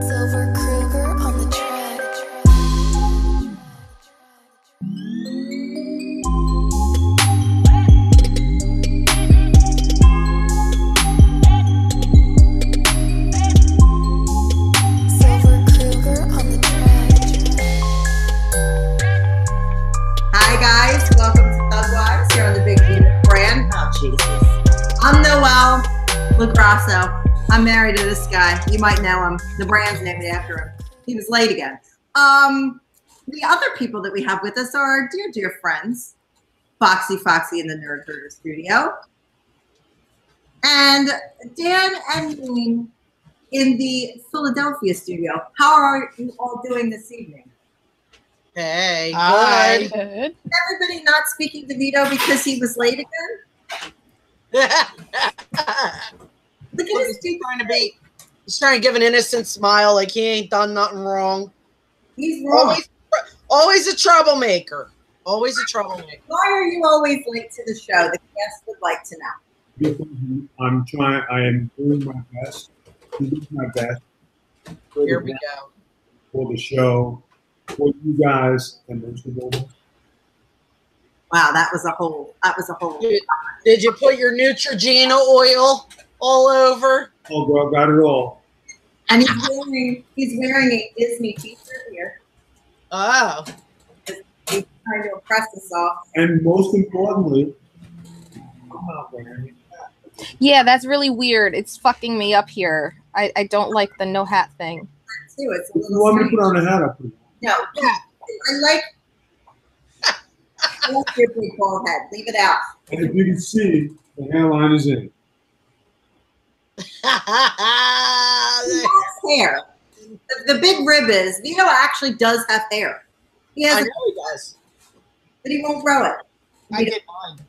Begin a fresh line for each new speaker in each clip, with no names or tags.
Silver Kruger on the track. Silver Kruger on the track.
Hi guys, welcome to Thug Wives here on the Big Beautiful Brand. Oh Jesus! I'm Noel Lagrasso. I'm married to this guy. You might know him. The brand's named after him. He was late again. Um, the other people that we have with us are dear, dear friends, Foxy Foxy in the Nerd Herder Studio, and Dan and Neen in the Philadelphia studio. How are you all doing this evening?
Hey.
Hi.
Good.
everybody not speaking to Vito because he was late again?
He's
Look at his teeth.
trying to be. He's trying to give an innocent smile, like he ain't done nothing wrong.
He's
Oh.
wrong.
Always, always a troublemaker. Always a troublemaker.
Why are you always late to the show? The guests would like to know.
I'm trying. I am doing my best. to do my best for
Here we
the,
go.
for the show, for you guys, and most of all,
Wow, that was a whole. That was a whole.
Did, did you put your Neutrogena oil all over?
oh girl, got it all.
And he's wearing he's wearing a Disney T-shirt here,
Oh,
trying to impress us all.
And most importantly,
Yeah, that's really weird. It's fucking me up here. I, I don't like the no hat thing.
Too. It's a
if you
little.
want me to
strange.
put on a hat, I'll put it on.
No, I like. I like your big bald head. Leave it out.
And if you can see, the hairline is in.
He has hair. The, the big rib is Vito actually does have hair. He
I
has,
know
it,
he does.
but he won't grow it.
I did mine.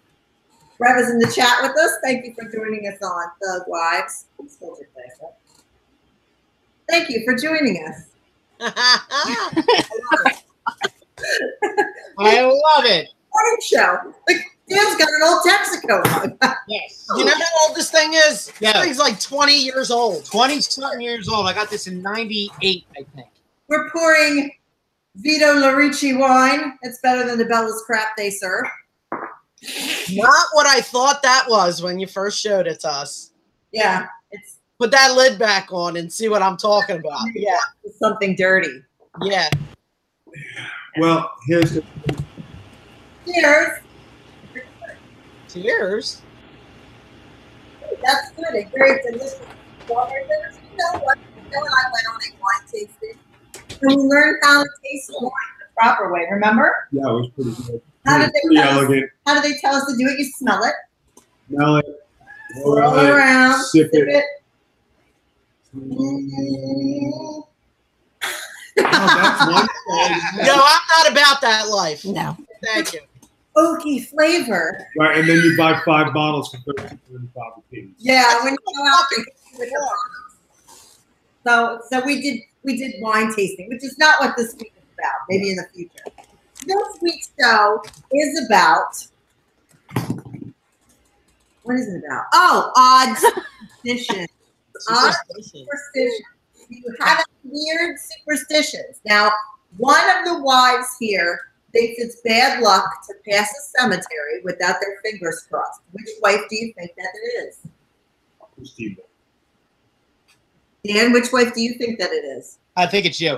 Rev is in the chat with us. Thank you for joining us on Thug Wives. Let's hold your place up. Thank you for joining us.
I love it. I love it.
Morning show. Look, Dan's got an old Texaco on.
Yes.
You know how old this thing is? This
Yeah.
thing's like 20 years old.
20 something years old. I got this in 98, I think.
We're pouring Vito Larici wine. It's better than the Bella's crap they serve.
Not what I thought that was when you first showed it to us.
Yeah, it's
Put that lid back on and see what I'm talking about. Yeah,
something dirty.
yeah.
Well, here's the
Cheers.
Cheers.
That's good. It's very delicious. Strawberry bitters. You know what? You know when I went on a wine tasting, and we learned how to taste wine the proper way. Remember?
yeah, it was pretty good.
How did they
pretty
tell us-
elegant.
How do they tell us to do it? You smell it,
Now it,
roll it around,
sip
sip
it. Oh,
it.
Mm. Oh, that's
No,
wonderful.
I'm not about that life.
No.
Thank you.
Oaky flavor.
Right, and then you buy five bottles for thirteen thirty-five apiece.
Yeah, when you go out and get you with the box. So, so we did we did wine tasting, which is not what this week is about. Maybe in the future. This week's show is about. What is it about? Oh, odds superstition.
Uh,
Odds superstition. You have weird superstitions. Now, one of the wives here thinks it's bad luck to pass a cemetery without their fingers crossed. Which wife do you think that it is?
Christine.
Dan, which wife do you think that it is?
I think it's you.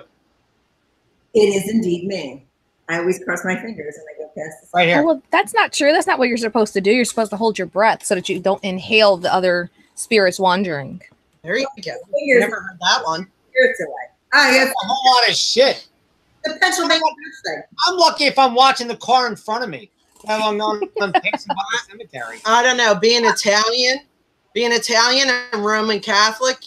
It is indeed me. I always cross my fingers and I go past the
Right
Oh,
here.
well, that's not true. That's not what you're supposed to do. You're supposed to hold your breath so that you don't inhale the other spirits wandering.
There you go.
fingers
Never heard that one.
spirits away. I
That's a whole lot of shit.
Ah, the Pennsylvania Dutch thing.
I'm lucky if I'm watching the car in front of me. Let alone I'm passing by a cemetery.
I don't know. Being Italian, being Italian and Roman Catholic,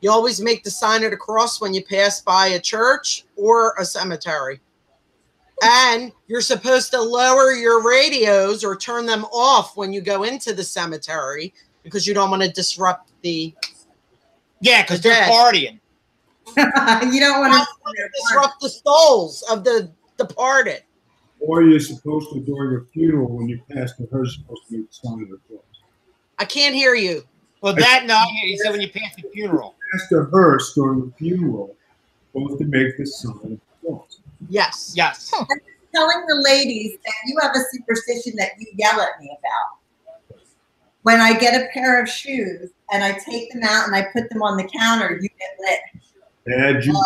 you always make the sign of the cross when you pass by a church or a cemetery. And you're supposed to lower your radios or turn them off when you go into the cemetery because you don't want to disrupt the
Yeah, because they're
Yeah.
partying.
you don't want to.
disrupt the souls of the departed.
Or you're supposed to during a funeral when you pass the hearse, you're supposed to be the sign of the cross.
I can't hear you.
Well, that no, he said when you pass the funeral.
Asked a hearse during the funeral, both to make the sign of the cross.
Yes.
Yes.
telling the ladies that you have a superstition that you yell at me about. When I get a pair of shoes and I take them out and I put them on the counter, you get lit.
Bad juju.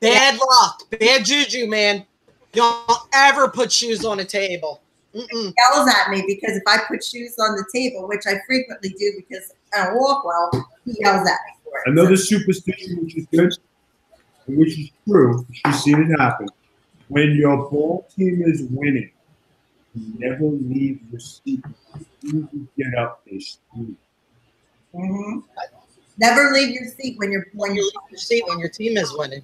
Bad luck. Bad juju, man. Don't ever put shoes on a table. Mm-mm.
Yells at me because if I put shoes on the table, which I frequently do because I don't walk well, he yells at me for it.
Another superstition which is good, and which is true, you've seen it happen. When your ball team is winning, you never leave your seat. You get up, they scream.
Mhm. Never leave your seat when you're when
When
you're.
you leave your seat when your team is winning.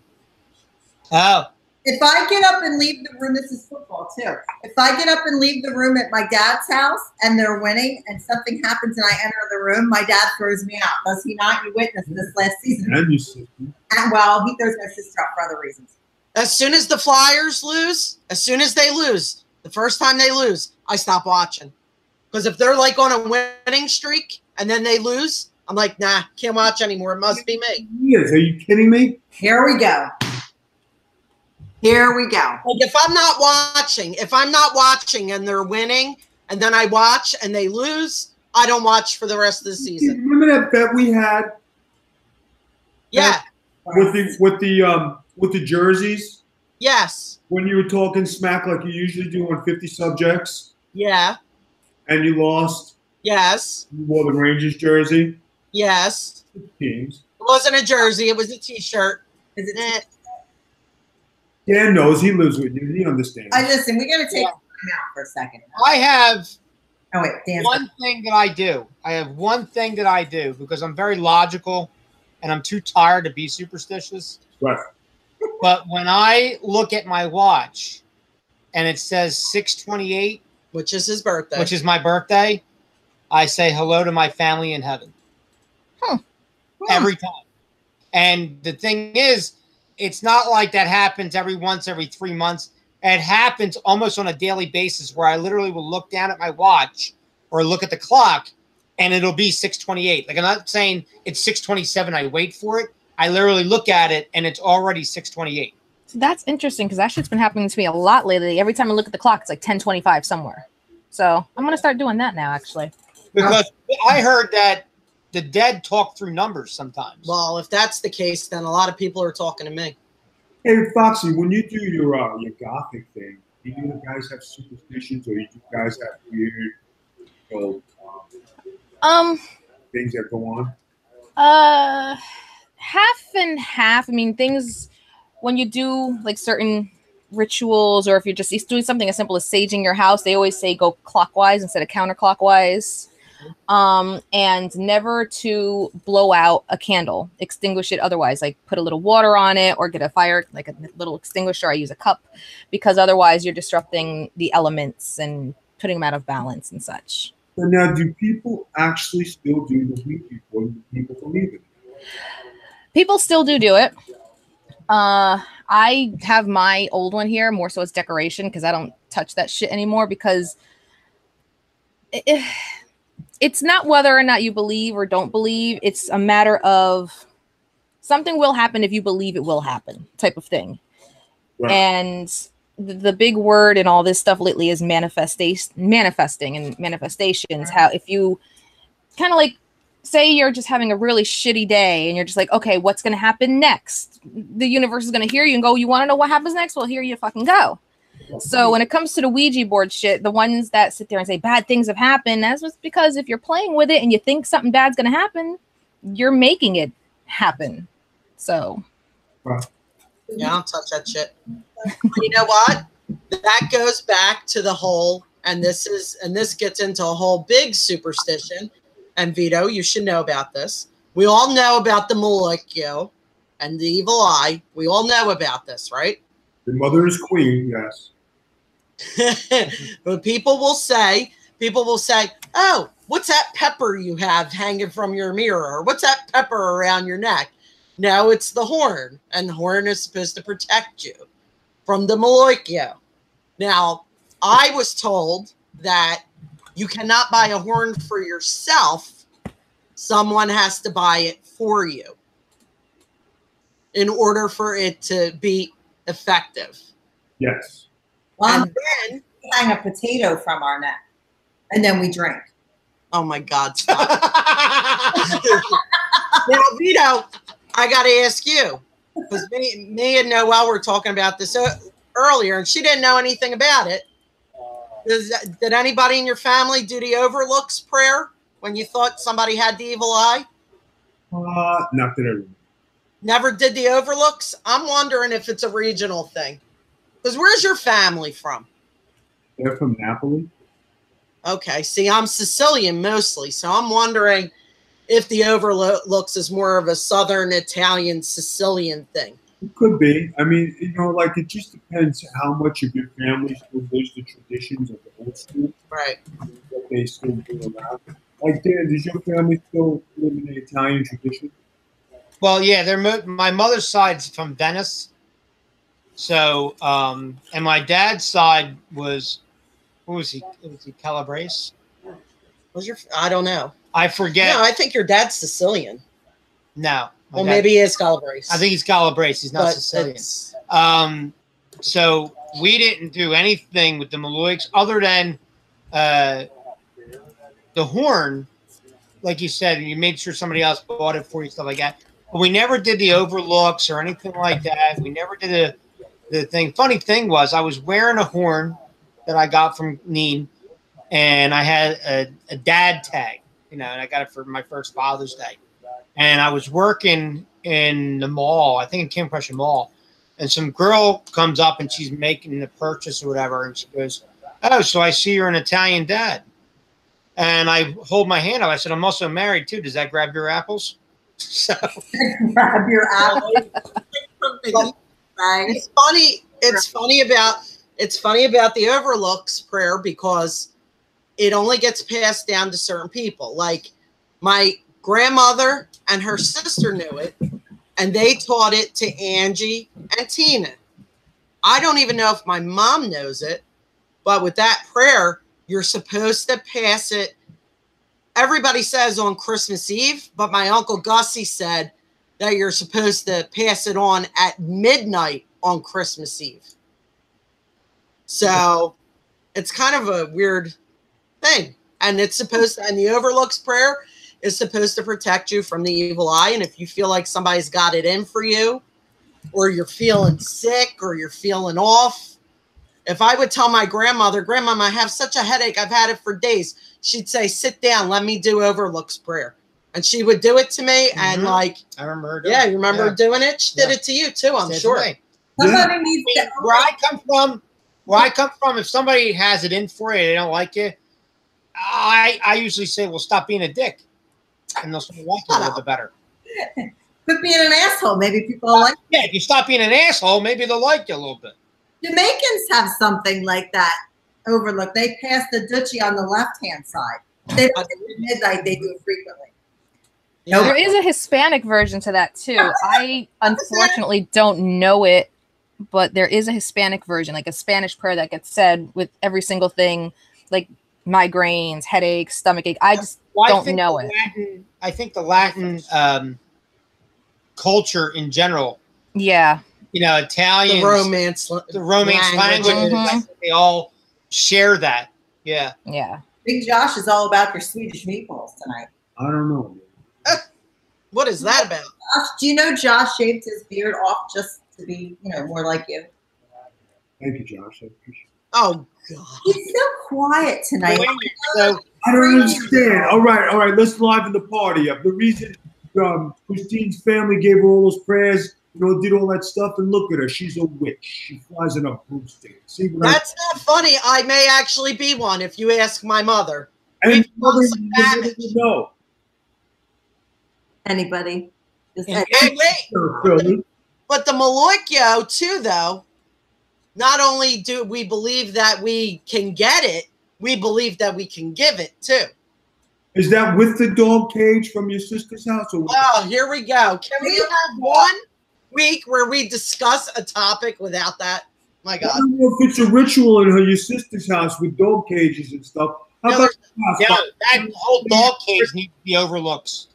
Oh,
If I get up and leave the room, this is football too. If I get up and leave the room at my dad's house and they're winning and something happens and I enter the room, my dad throws me out. Does he not? You witnessed this last season.
And you sit there.
And well, he throws my sister out for other reasons.
As soon as the Flyers lose, as soon as they lose, the first time they lose, I stop watching. Because if they're like on a winning streak and then they lose, I'm like, nah, can't watch anymore. It must be me.
Yes, are you kidding me?
Here we go. Here we go.
Like if I'm not watching, if I'm not watching and they're winning, and then I watch and they lose, I don't watch for the rest of the season.
Remember that bet we had
Yeah.
with the with the um with the jerseys
Yes.
when you were talking smack like you usually do on 50 subjects
Yeah.
and you lost
Yes.
you wore the Rangers jersey
Yes.
teams
It wasn't a jersey. It was a T-shirt.
Is it-
Eh,
Dan knows he lives with you he understands
I listen. We gotta take time out for a second.
I have
Oh wait, Dan.
one thing that I do. I have one thing that I do because I'm very logical and I'm too tired to be superstitious.
Right.
But when I look at my watch and it says 628,
which is his birthday.
which is my birthday, I say hello to my family in heaven.
Huh.
Every time. And the thing is, it's not like that happens every once every three months. It happens almost on a daily basis where I literally will look down at my watch or look at the clock and it'll be 628. Like I'm not saying it's 627, I wait for it. I literally look at it and it's already 628.
That's interesting because that shit's been happening to me a lot lately. Every time I look at the clock, it's like 10:25 somewhere. So I'm gonna start doing that now. Actually,
Because I heard that the dead talk through numbers sometimes.
well, if that's the case, then a lot of people are talking to me.
hey Foxy when you do your uh, your gothic thing do you guys have superstitions or do you guys have weird you know, um,
um,
things that go on
uh, half and half. I mean, things when you do like certain rituals, or if you're just doing something as simple as saging your house, they always say go clockwise instead of counterclockwise. Um, and never to blow out a candle, extinguish it otherwise, like put a little water on it or get a fire, like a little extinguisher. I use a cup because otherwise you're disrupting the elements and putting them out of balance and such.
but now do people actually still do the week before the people believe it
people still do do it uh i have my old one here more so it's decoration because i don't touch that shit anymore because i- i- it's not whether or not you believe or don't believe it's a matter of something will happen if you believe it will happen type of thing
Right.
and th- the big word in all this stuff lately is manifestation manifesting and manifestations how if you kind of like say you're just having a really shitty day and you're just like, okay, what's going to happen next? The universe is going to hear you and go, you want to know what happens next? Well, here you fucking go. So when it comes to the Ouija board shit, the ones that sit there and say bad things have happened, that's just because if you're playing with it and you think something bad's going to happen, you're making it happen. So
Yeah, I don't touch that shit. you know what? That goes back to the whole, and this is, and this gets into a whole big superstition. And Vito, you should know about this. We all know about the Malekio and the evil eye. We all know about this, right?
your mother is queen yes
but people will say, people will say, oh, what's that pepper you have hanging from your mirror? Or what's that pepper around your neck? No, it's the horn, and the horn is supposed to protect you from the Maloikyo. Now, I was told that you cannot buy a horn for yourself Someone has to buy it for you in order for it to be effective.
Yes.
Well,
And then,
we hang a potato from our neck, and then we drink.
oh my God, stop. now, Vito, I got to ask you because me, me and Noel were talking about this uh, earlier, and she didn't know anything about it. Does, did anybody in your family do the overlooks prayer when you thought somebody had the evil eye?
Uh, not that I remember.
Never did the overlooks. I'm wondering if it's a regional thing. Because where's your family from?
They're from Napoli.
Okay, see, I'm Sicilian mostly, so I'm wondering if the overlooks is more of a southern Italian Sicilian thing.
It could be. I mean, you know, like it just depends how much of your family still lives the traditions of the old school
Right.
that they still do around. Like, Dan, does your family still live in the Italian tradition?
well, yeah, they're mo- my mother's side's from Venice, so um, and my dad's side was who was he? Was he Calabrese?
Was your I don't know.
I forget.
No, I think your dad's Sicilian.
no, my
Well,
dad-
maybe he is Calabrese.
I think he's Calabrese. He's not
but
Sicilian.
it's-
Um, so we didn't do anything with the Maloics other than uh, the horn, like you said, and you made sure somebody else bought it for you, stuff like that. But we never did the overlooks or anything like that. We never did the the thing. Funny thing was, I was wearing a horn that I got from Neen, and I had a, a dad tag, you know, and I got it for my first Father's Day. And I was working in the mall, I think in King Prussia Mall, and some girl comes up and she's making the purchase or whatever, and she goes, "Oh, so I see you're an Italian dad." And I hold my hand up. I said, "I'm also married too. Does that grab your apples?" So
Grab your eyes. right?
it's funny. It's funny about it's funny about the overlooks prayer because it only gets passed down to certain people. Like my grandmother and her sister knew it, and they taught it to Angie and Tina. I don't even know if my mom knows it, but with that prayer, you're supposed to pass it. Everybody says on Christmas Eve, but my uncle Gussie said that you're supposed to pass it on at midnight on Christmas Eve. So it's kind of a weird thing. And it's supposed to, and the overlooks prayer is supposed to protect you from the evil eye. And if you feel like somebody's got it in for you, or you're feeling sick, or you're feeling off, if I would tell my grandmother, Grandmama, I have such a headache, I've had it for days, she'd say, Sit down, let me do overlooks prayer. And she would do it to me, and
Mhm.
like,
I remember. her doing
yeah,
it.
you remember doing it? She did
Yeah.
it to you too, I'm
Same
sure.
thing.
Somebody needs
mean,
to.
where I come from, where I come from, if somebody has it in for you, they don't like you. I I usually say, well, stop being a dick, and they'll start liking you a little bit better.
Quit being an asshole. Maybe people are like
Yeah, if you stop being an asshole, maybe they'll like you a little bit.
Jamaicans have something like that. Overlook. They pass the duchy on the left hand side. They don't do it at midnight. They do it frequently.
Yeah.
There is a Hispanic version to that too. I unfortunately don't know it, but there is a Hispanic version, like a Spanish prayer that gets said with every single thing, like migraines, headaches, stomach ache. I just
Well, I
Don't
think
know
the
it.
Latin, I think the Latin um, culture in general,
yeah.
you know, Italians,
The romance.
the Romance
languages.
languages, they all share that. Yeah.
Yeah.
Big Josh is all about your Swedish meatballs tonight.
I don't know.
What is that about?
Josh, do you know Josh shaved his beard off just to be, you know, more like you?
Thank you, Josh. I appreciate
Oh, God.
He's so quiet tonight.
it.
So,
I don't understand. All right, all right. Let's liven the party up. The reason um, Christine's family gave her all those prayers, you know, did all that stuff, and look at her. She's a witch. She flies on a broomstick. See what I-
That's not funny. I may actually be one if you ask my mother.
And
We've done
mother,
some
you
damage.
didn't know.
Anybody? Just
Yeah.
Hey, wait.
Sure, Philly.
But the Maloikyo, too, though, not only do we believe that we can get it, we believe that we can give it, too.
Is that with the dog cage from your sister's house? Or
Oh, here we go. Can we have one week where we discuss a topic without that? My
I
God.
don't know if it's a ritual in her your sister's house with dog cages and stuff. How
No,
about
yeah, that whole dog cage needs to be overlooked.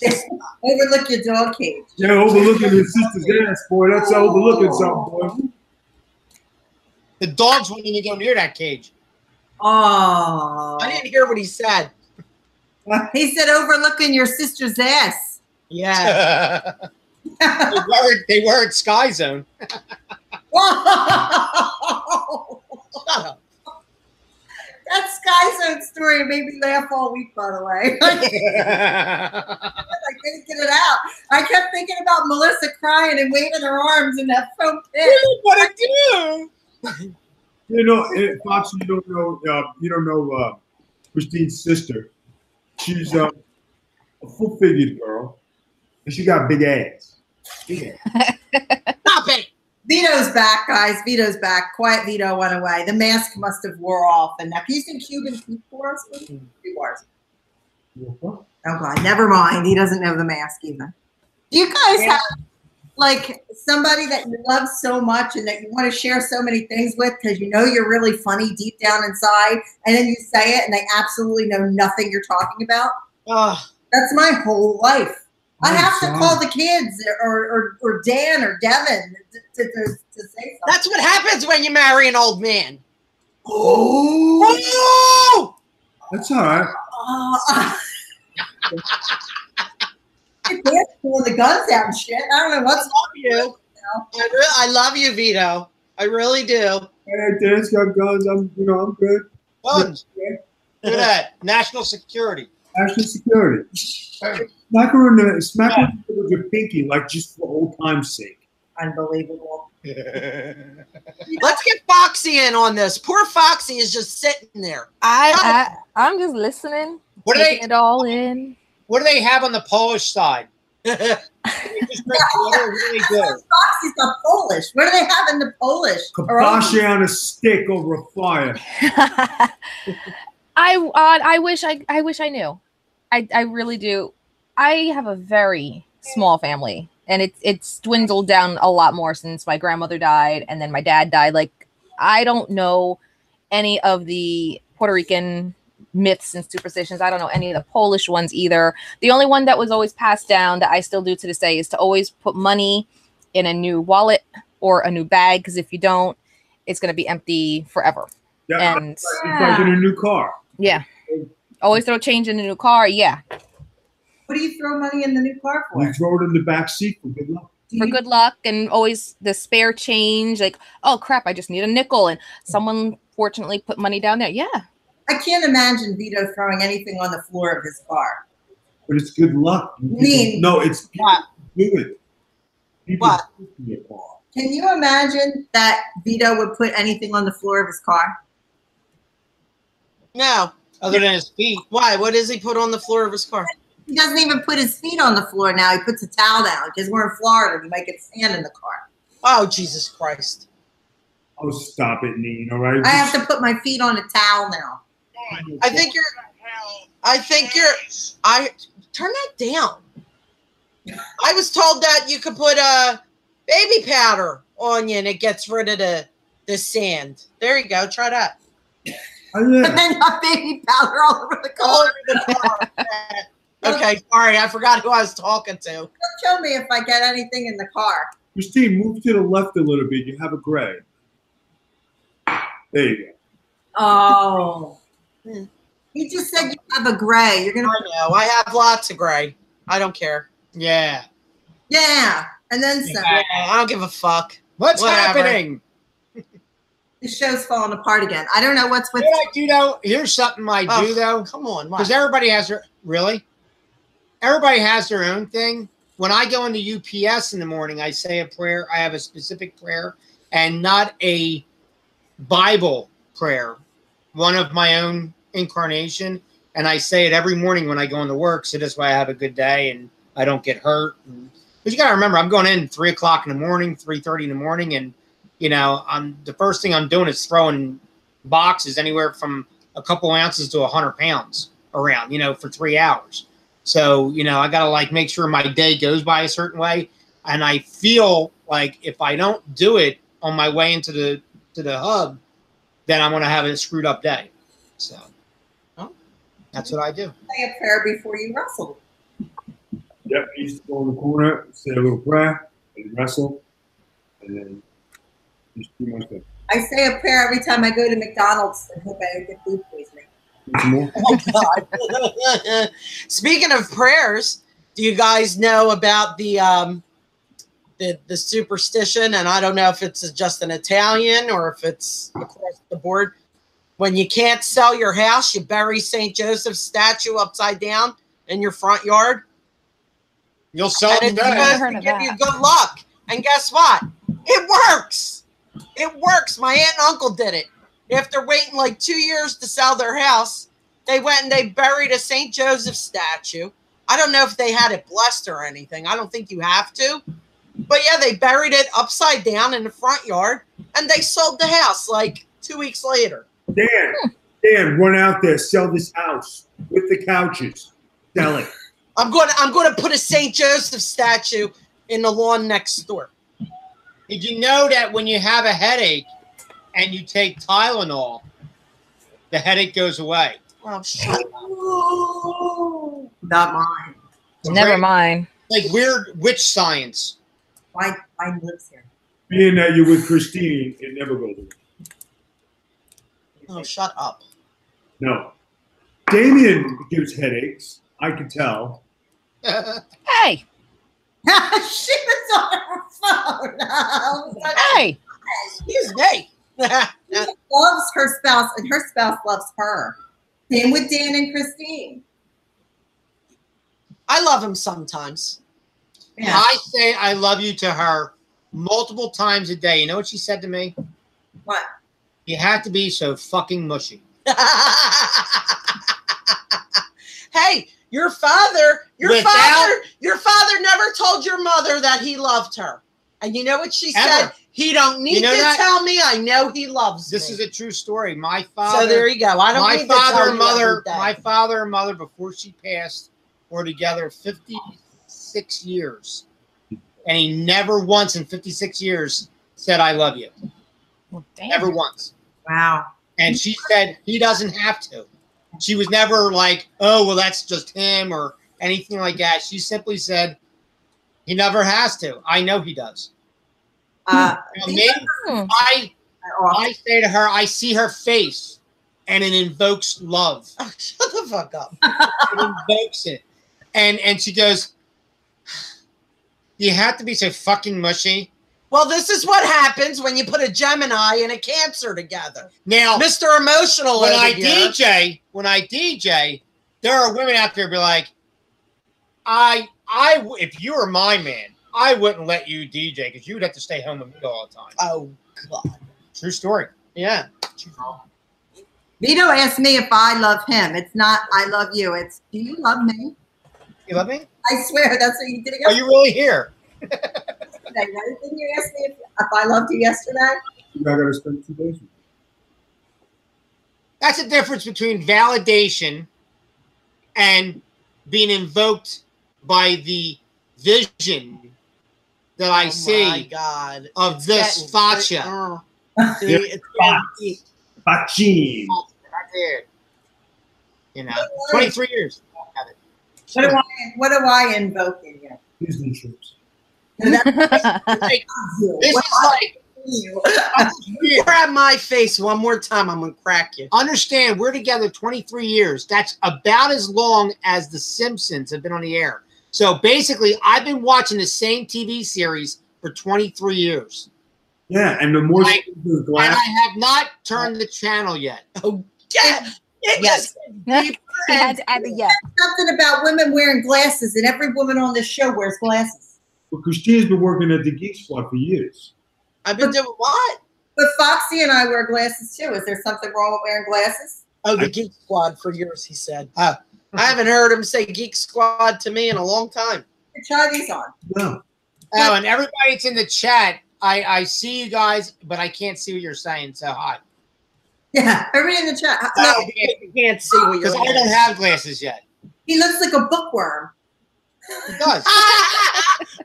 It's overlook your dog cage.
Yeah, overlooking his sister's ass, boy. That's overlooking something, boy.
The dogs won't even go near that cage.
Oh.
I didn't hear what he said.
He said overlooking your sister's ass.
Yeah.
they, were, they were at Sky Zone.
Whoa! That Sky Zone story made me laugh all week, by the way. I couldn't get it out. I kept thinking about Melissa crying and waving her arms in that foam pit.
what to do?
You know, eh, Fox, you don't know, uh, you don't know uh, Christine's sister. She's uh, a full-figured girl, and she got big ass. Big ass.
Stop it.
Vito's back, guys. Vito's back. Quiet Vito went away. The mask must have wore off. And now, can you sing Cuban Pete for us? please? Two bars.
Uh-huh.
Oh God, never mind. He doesn't know the mask either. Do you guys have like somebody that you love so much and that you want to share so many things with because you know you're really funny deep down inside, and then you say it and they absolutely know nothing you're talking about?
Ugh.
That's my whole life. I
Oh,
have to
God.
call the kids or or, or Dan or Devin to, to, to, to say something.
That's what happens when you marry an old man.
Oh,
Oh!
that's all right.
Uh, They're pulling the guns out and shit. I don't know what's
love you. I, re- I love you, Vito. I really do.
Hey, Dan's got guns. I'm, you know, I'm good.
Bugs. Look at that. National security.
National security. Smack her in the, smack her in the with your pinky, like just for old time's sake.
unbelievable.
Let's get Foxy in on this. Poor Foxy is just sitting there.
I, I I'm just listening,
What do they
taking it all in.
what do they have on the Polish side?
Kapowski.
They just drink water really good.
Foxy's not Polish. What do they have in the Polish? Or only-
Kabashi on a stick over a fire.
I uh, I wish I I wish I knew. I I really do. I have a very small family, and it's it's dwindled down a lot more since my grandmother died, and then my dad died. Like I don't know any of the Puerto Rican myths and superstitions. I don't know any of the Polish ones either. The only one that was always passed down that I still do to this day is to always put money in a new wallet or a new bag because if you don't, it's going to be empty forever
Yeah,
and
it's like in a new car.
yeah always throw change in a new car yeah
What do you throw money in the new car for?
We throw it in the back seat for good luck.
Do
for
you-
good luck and always the spare change like oh crap i just need a nickel and someone fortunately put money down there yeah
I can't imagine Vito throwing anything on the floor of his car.
But it's good luck.
Mean.
No, it's
What?
good. People
What?
do it all.
Can you imagine that Vito would put anything on the floor of his car?
no.
Other than his feet.
Why? What does he put on the floor of his car?
He doesn't even put his feet on the floor now. He puts a towel down because we're in Florida. You might get sand in the car.
Oh, Jesus Christ.
Oh, stop it, Nene. All right.
I have to put my feet on a towel now.
I think you're. I think you're. I turn that down. I was told that you could put uh, baby powder on you and it gets rid of the the sand. There you go. Try that.
Oh, yeah.
and then got baby powder all over the
All
car.
over the car. okay, sorry, I forgot who I was talking to.
Don't kill me if I get anything in the car.
Christine, move to the left a little bit. You have a gray. There you go.
Oh. You just said you have a gray. You're
I
gonna
know. I have lots of gray. I don't care.
Yeah.
Yeah. And then some.
Yeah.
I don't give a fuck.
What's
Whatever.
happening?
The show's falling apart again. I don't know what's with
You know what I do though? Here's something I
Oh,
do though.
Come on, why?
Because everybody has their really, everybody has their own thing. When I go into UPS in the morning, I say a prayer. I have a specific prayer and not a Bible prayer, one of my own incarnation. And I say it every morning when I go into work. So that's why I have a good day and I don't get hurt. And, but you got to remember, I'm going in three o'clock in the morning, three thirty in the morning, and you know, I'm the first thing I'm doing is throwing boxes anywhere from a couple ounces to a hundred pounds around, you know, for three hours. So, you know, I gotta like make sure my day goes by a certain way. And I feel like if I don't do it on my way into the to the hub, then I'm gonna have a screwed up day. So
Oh.
that's what I do.
say a prayer before you wrestle.
Yep, he used to go in the corner, say a little prayer, and wrestle, and then he's pretty much done.
I say a prayer every time I go to McDonald's and hope I don't get food poisoning.
Some more?
God. Speaking of prayers, do you guys know about the um the the superstition? And I don't know if it's just an Italian or if it's across the board. When you can't sell your house, you bury Saint Joseph's statue upside down in your front yard,
You'll sell
and
it.
it's
never
today.
heard
supposed to
of
give
that.
you good luck. And guess what? It works. It works. My aunt and uncle did it. After waiting like two years to sell their house, they went and they buried a St. Joseph statue. I don't know if they had it blessed or anything. I don't think you have to. But yeah, they buried it upside down in the front yard and they sold the house like two weeks later.
Dan, Dan, run out there, sell this house with the couches, sell it.
I'm going to, I'm going to put a St. Joseph statue in the lawn next door.
Did you know that when you have a headache and you take Tylenol, the headache goes away?
Oh, shut
Not mine.
Never mind.
Like weird witch science.
Why? Why lives here?
Being that you're uh, with Christine, it never goes away.
Oh, shut up.
No. Damien gives headaches. I can tell.
Hey,
she was on her phone. Oh, my God.
hey.
Excuse me.
She loves her spouse, and her spouse loves her. Same with Dan and Christine.
I love him sometimes.
Yeah.
I say I love you to her multiple times a day. You know what she said to me?
What?
You have to be so fucking mushy.
hey, your father, your
Without-
father, your father never told your mother that he loved her. And you know what she said?
Ever.
He don't need
You know
to
that-
tell me. I know he loves
This
me.
is a true story. My
so there
father,
you go. I don't
my
need to tell
father and
you every
mother,
day.
my father and mother before she passed were together 56 years. And he never once in 56 years said I love you.
Well,
Never
damn.
once.
Wow.
And she said he doesn't have to. She was never like, oh, well, that's just him or anything like that. She simply said, he never has to. I know he does.
Uh,
Now, me,
Hmm.
I,
oh,
I say to her, I see her face and it invokes love,
Oh, shut the fuck up.
it invokes it. And, and she goes, you have to be so fucking mushy.
Well, this is what happens when you put a Gemini and a Cancer together.
Now,
Mr. Emotional
Oh. when
over
I
here.
DJ, when I DJ, there are women out there be like, I, I, w- if you were my man, I wouldn't let you DJ because you would have to stay home with me all the time.
Oh God.
True story. Yeah.
Vito asked me if I love him. It's not I love you. It's do you love me?
You love me?
I swear that's what you did
Are
yesterday.
you really here?
right? Didn't you ask me if, if I loved you yesterday?
You guys gotta spend two days with me.
That's the difference between validation and being invoked by the vision that I
Oh my
see
God.
of this facha.
Uh, see, it's getting deep.
Bachin.
Right there. You know,
Don't worry.
23 years.
What do I what do I invoke in you?
He's in shorts.
You.
This
What
is like,
you?
weird.
Grab my face one more time. I'm gonna crack you.
understand, we're together 23 years. That's about as long as The Simpsons have been on the air. So basically, I've been watching the same TV series for 23 years.
Yeah, and the more
Like-
the
And
glass,
I have not turned the channel yet.
Oh, yeah. It
Yes.
just
he had to add the yeah.
Something about women wearing glasses, and every woman on this show wears glasses.
but Christine's been working at the Geek Squad for years.
I've been doing what?
But Foxy and I wear glasses too. Is there something wrong with wearing glasses?
Oh, the Geek Squad for years, he said. Uh,
Oh.
I haven't heard him say Geek Squad to me in a long time.
Try these on.
No.
Oh, and everybody that's in the chat, I, I see you guys, but I can't see what you're saying. So hi.
Yeah, everybody in the chat. uh,
No,
Oh.
Look,
you can't see what you're
Because I don't have glasses yet.
he looks like a bookworm.
It does.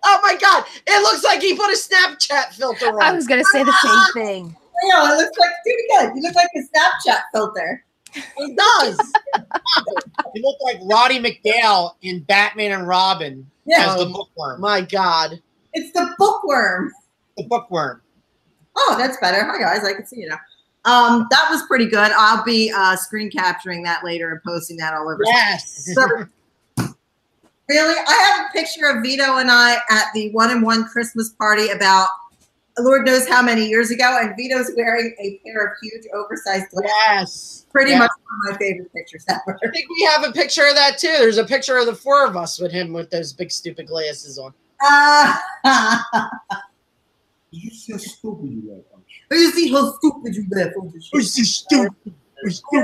oh my God! It looks like he put a Snapchat filter on.
I was gonna say the same thing.
I know, it looks like, do it again. You look like a Snapchat filter. It does.
You look like Roddy McDowell in Batman and Robin
Yeah.
as the
Um,
bookworm.
My God.
It's the bookworm.
The bookworm.
Oh, that's better. Hi guys, I can see you now. Um, that was pretty good. I'll be uh, screen capturing that later and posting that all over.
Yes.
So- really, I have a picture of Vito and I at the one in one Christmas party about Lord knows how many years ago, and Vito's wearing a pair of huge oversized glasses.
Yes.
Pretty
Yeah.
much one of my favorite pictures ever.
I think we have a picture of that too. There's a picture of the four of us with him with those big stupid glasses on.
Uh,
You see how stupid you are. I'm sure.
you see how stupid you live. Oh, this shit.
Who's stupid? Who's stupid?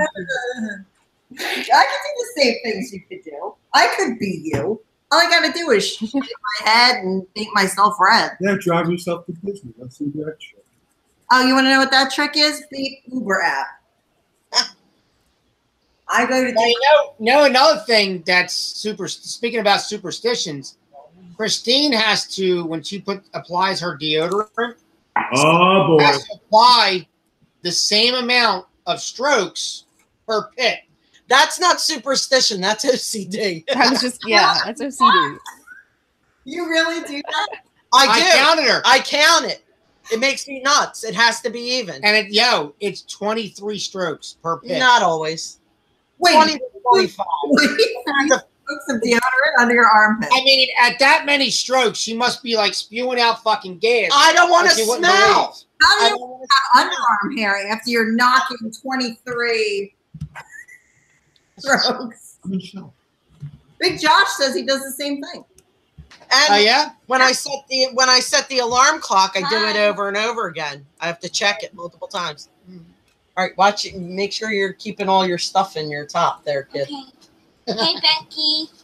I could do the same things you could do. I could be you. All I gotta do is shake my head and paint myself red.
Yeah, drive yourself to Disney. Let's see that shit.
Oh, you want to know what that trick is? The Uber app. I go to
Now,
Disney.
you know, know another thing that's super. Speaking about superstitions, Christine has to when she put applies her deodorant
Oh boy.
has to apply the same amount of strokes per pit.
That's not superstition. That's OCD.
I was just yeah, that's OCD.
You really do that?
I
I,
do.
counted her,
I count it. It makes me nuts. It has to be even.
and it yo, it's twenty three strokes per pit.
Not always.
Wait,
20 to 25.
you took some deodorant under your armpit.
I mean, at that many strokes, she must be like spewing out fucking gas.
I don't want
Like
to
she wouldn't
smell.
How do
I
you
don't wanna-
have underarm hair after you're knocking 23 strokes?
I'm in shock.
Big Josh says he does the same thing.
And
Oh yeah,
when I set the when I set the alarm clock, I do it
Hi.
over and over again. I have to check it multiple times. All right, watch it. Make sure you're keeping all your stuff in your top there, kid.
Okay. Hey,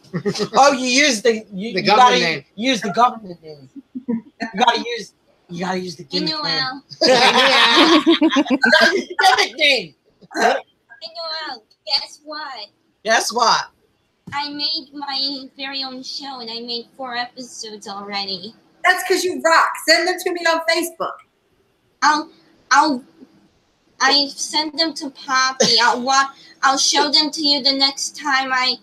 Becky.
Oh, you use the you,
The
you
government
gotta
name.
use the government name. You gotta use you gotta use the gimmick name.
Manuel.
Yeah. You gotta use the gimmick name.
Manuel, guess what?
Guess what?
I made my very own show and I made four episodes already.
That's because you rock. Send them to me on Facebook.
I'll, I'll, I send them to Poppy. I'll wa- I'll show them to you the next time I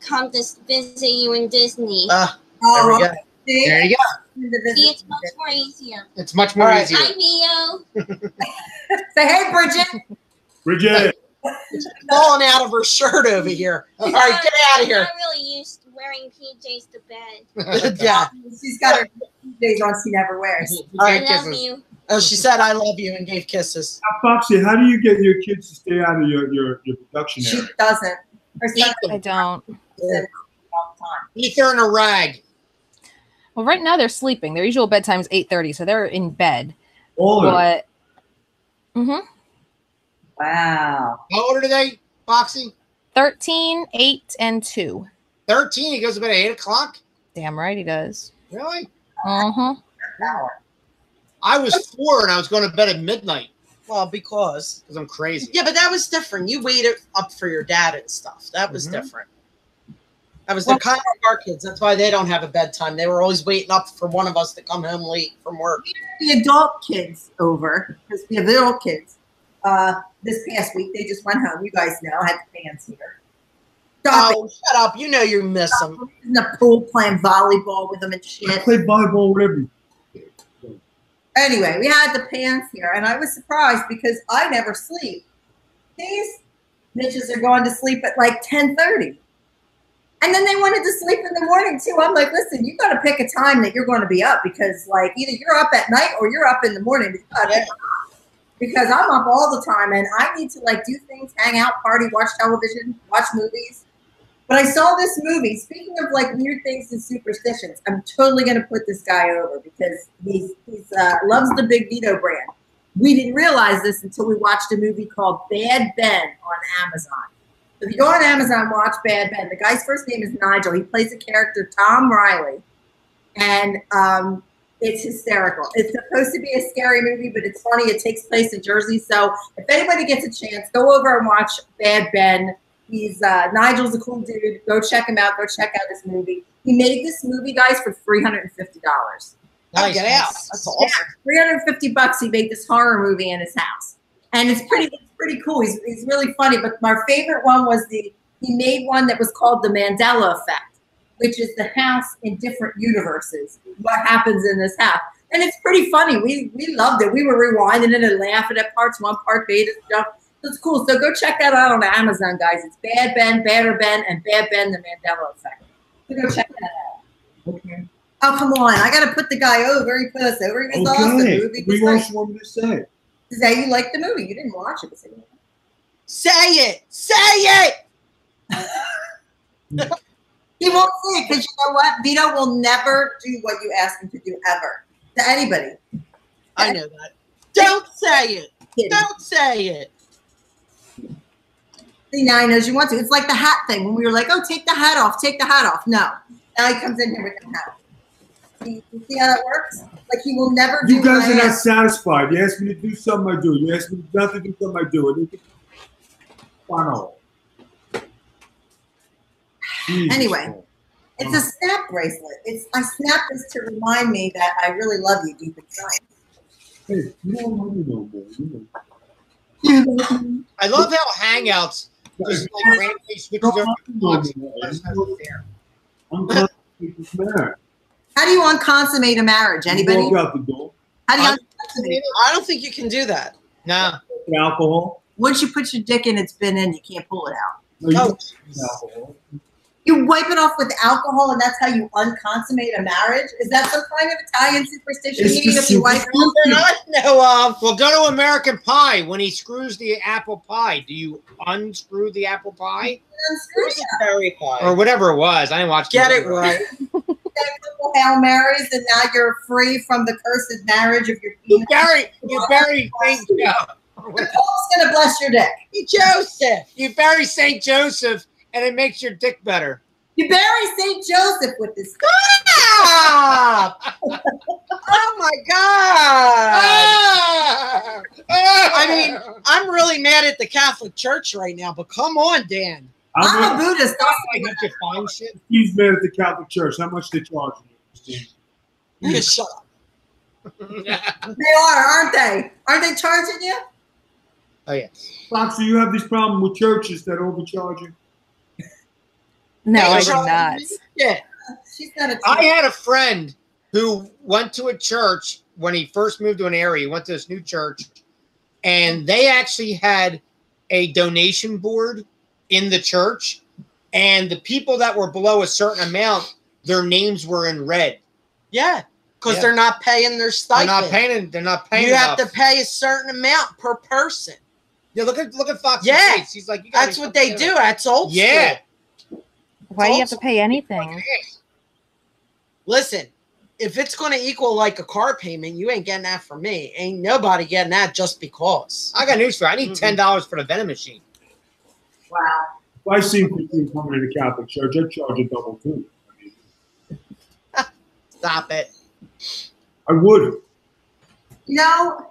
come to s- visit you in Disney.
Uh, there we go.
see?
there you go.
See, it's much more easier.
It's much more
All right.
easier.
Hi, Mio.
Say, hey, Bridget.
Bridget,
Falling out of her shirt over here. All right, get out of
I'm
here.
not really used to wearing PJs to bed.
yeah.
She's got her days on she never wears.
I
Alright,
love
kisses.
you.
Oh, she said I love you and gave kisses.
now, Foxy, how do you get your kids to stay out of your, your, your production
She
area?
doesn't. Her son
Eat
does
I
them.
don't.
it all the time.
Eat her in a rag.
Well, right now they're sleeping. Their usual bedtime is eight thirty, so they're in bed.
All of it.
But hmm
Wow.
How old are they, Foxy?
13, 8, and 2.
Thirteen. He goes to bed at eight o'clock.
Damn right he does.
Really?
Uh-huh.
I was four and I was going to bed at midnight
Well, because
because I'm crazy.
yeah, but that was different. You waited up for your dad and stuff. That was
Mhm.
different. That was the kind of our kids. That's why they don't have a bedtime. They were always waiting up for one of us to come home late from work.
The adult kids over, because we have little kids. Uh, this past week, they just went home. You guys know, I had the fans here. Stop
Oh, shut up! You know you miss them.
it. In the pool playing volleyball with them and
I
shit.
play volleyball with every
Anyway, we had the pants here, and I was surprised because I never sleep. These bitches are going to sleep at like ten thirty, and then they wanted to sleep in the morning too. I'm like, listen, you got to pick a time that you're going to be up because, like, either you're up at night or you're up in the morning. But you gotta pick one. Because I'm up all the time, and I need to like do things, hang out, party, watch television, watch movies. But I saw this movie. Speaking of like weird things and superstitions, I'm totally gonna put this guy over because he's he's uh, loves the Big Vito brand. We didn't realize this until we watched a movie called Bad Ben on Amazon. If you go on Amazon, watch Bad Ben. The guy's first name is Nigel. He plays the character Tom Riley, and um, it's hysterical. It's supposed to be a scary movie, but it's funny. It takes place in Jersey, so if anybody gets a chance, go over and watch Bad Ben. He's uh, Nigel's a cool dude. Go check him out. Go check out this movie. He made this movie, guys, for three hundred and fifty dollars.
Nice. Get out. That's awesome.
Three hundred and fifty bucks. He made this horror movie in his house, and it's pretty. It's pretty cool. He's, he's really funny. But my favorite one was the he made one that was called the Mandela Effect, which is the house in different universes. What happens in this house? And it's pretty funny. We we loved it. We were rewinding it and laughing at parts one, part B, and stuff. It's cool. So go check that out on Amazon, guys. It's Bad Ben, Badder Ben, and Bad Ben, the Mandela Effect. So go check that out.
Okay.
Oh, come on. I got to put the guy over. He put us over. He was awesome. The
Okay.
movie was
What else
great.
you want me to say?
Is that you liked the movie? You didn't watch it. but you-
Say it. Say it.
He won't see it because you know what? Vito will never do what you ask him to do ever to anybody.
I know that. Don't say it. Don't say it.
See, now he knows you want to. It's like the hat thing when we were like, oh, take the hat off, take the hat off. No. Now he comes in here with the hat. See, you see how that works? Like he will never do
You guys
what
are
I
not
ask.
satisfied. You ask me to do something, I do. You ask me not to do something, I do. It is a funnel. Jesus
Anyway.
Christ.
It's a snap bracelet. It's I snapped this to remind me that I really love you deep inside.
Hey, you don't love me no more. You
I love how Hangouts just like randomly switches
don't
over
love me no
to Fox.
more.
That's not fair.
I'm glad you just married.
How do you unconsummate a marriage? Anybody?
Walk out the door.
How do you
I-
unconsummate? it?
I don't think you can do that.
Nah.
The alcohol.
Once you put your dick in, it's been in. You can't pull it out.
No, you
Oh,
don't drink alcohol.
You wipe it off with alcohol, and that's how you unconsummate a marriage. Is that some kind of Italian superstition?
It's
You eat
the
if you wipe it off?
That I know of.
Well, go to American Pie. When he screws the apple pie, do you unscrew the apple pie
Unscrew it.
Very
or
fine.
whatever it was? I didn't watch. the
Get it
movie.
right.
Take a couple hail marys, and now you're free from the cursed marriage of your
You
penis.
bury, you bury Saint
The
Joe.
Pope's gonna bless your dick.
Joseph.
You bury Saint Joseph, and it makes your dick better.
You bury Saint Joseph with this.
Stop! oh my god! Ah!
Ah! I
mean- I'm really mad at the Catholic Church right now, but come on, Dan.
I'm a
Ah!
I'm not,
Buddhist.
I get you find shit.
he's mad at the Catholic Church. How much they charge you? Christine?
Mm.
Shut up.
They are, aren't they? Aren't they charging you?
oh yeah.
Fox, do you have this problem with churches that overcharge you?
No, I
Hey,
did
Charlotte,
not.
Yeah.
She's not a.
I had a friend who went to a church when he first moved to an area. He went to this new church, and they actually had a donation board in the church, and the people that were below a certain amount, their names were in red.
Yeah. Because
Yeah.
they're not paying their
They're
stipend.
not paying. They're not paying.
you have to
enough.
pay a certain amount per person.
Yeah, look at look at Fox.
Yeah.
Chase. he's like, you gotta
That's
be
what they
fucking
do. That's old
Yeah.
school.
Why do you have to pay anything?
serious.
Listen, if it's going to equal like a car payment, you ain't getting that from me. Ain't nobody getting that just because.
I got news for you. I need
Mhm.
ten dollars for the vending machine.
Wow.
If I see Christine coming to the Catholic Church, I'd charge a double too. I, mean,
Stop it.
I would.
You know,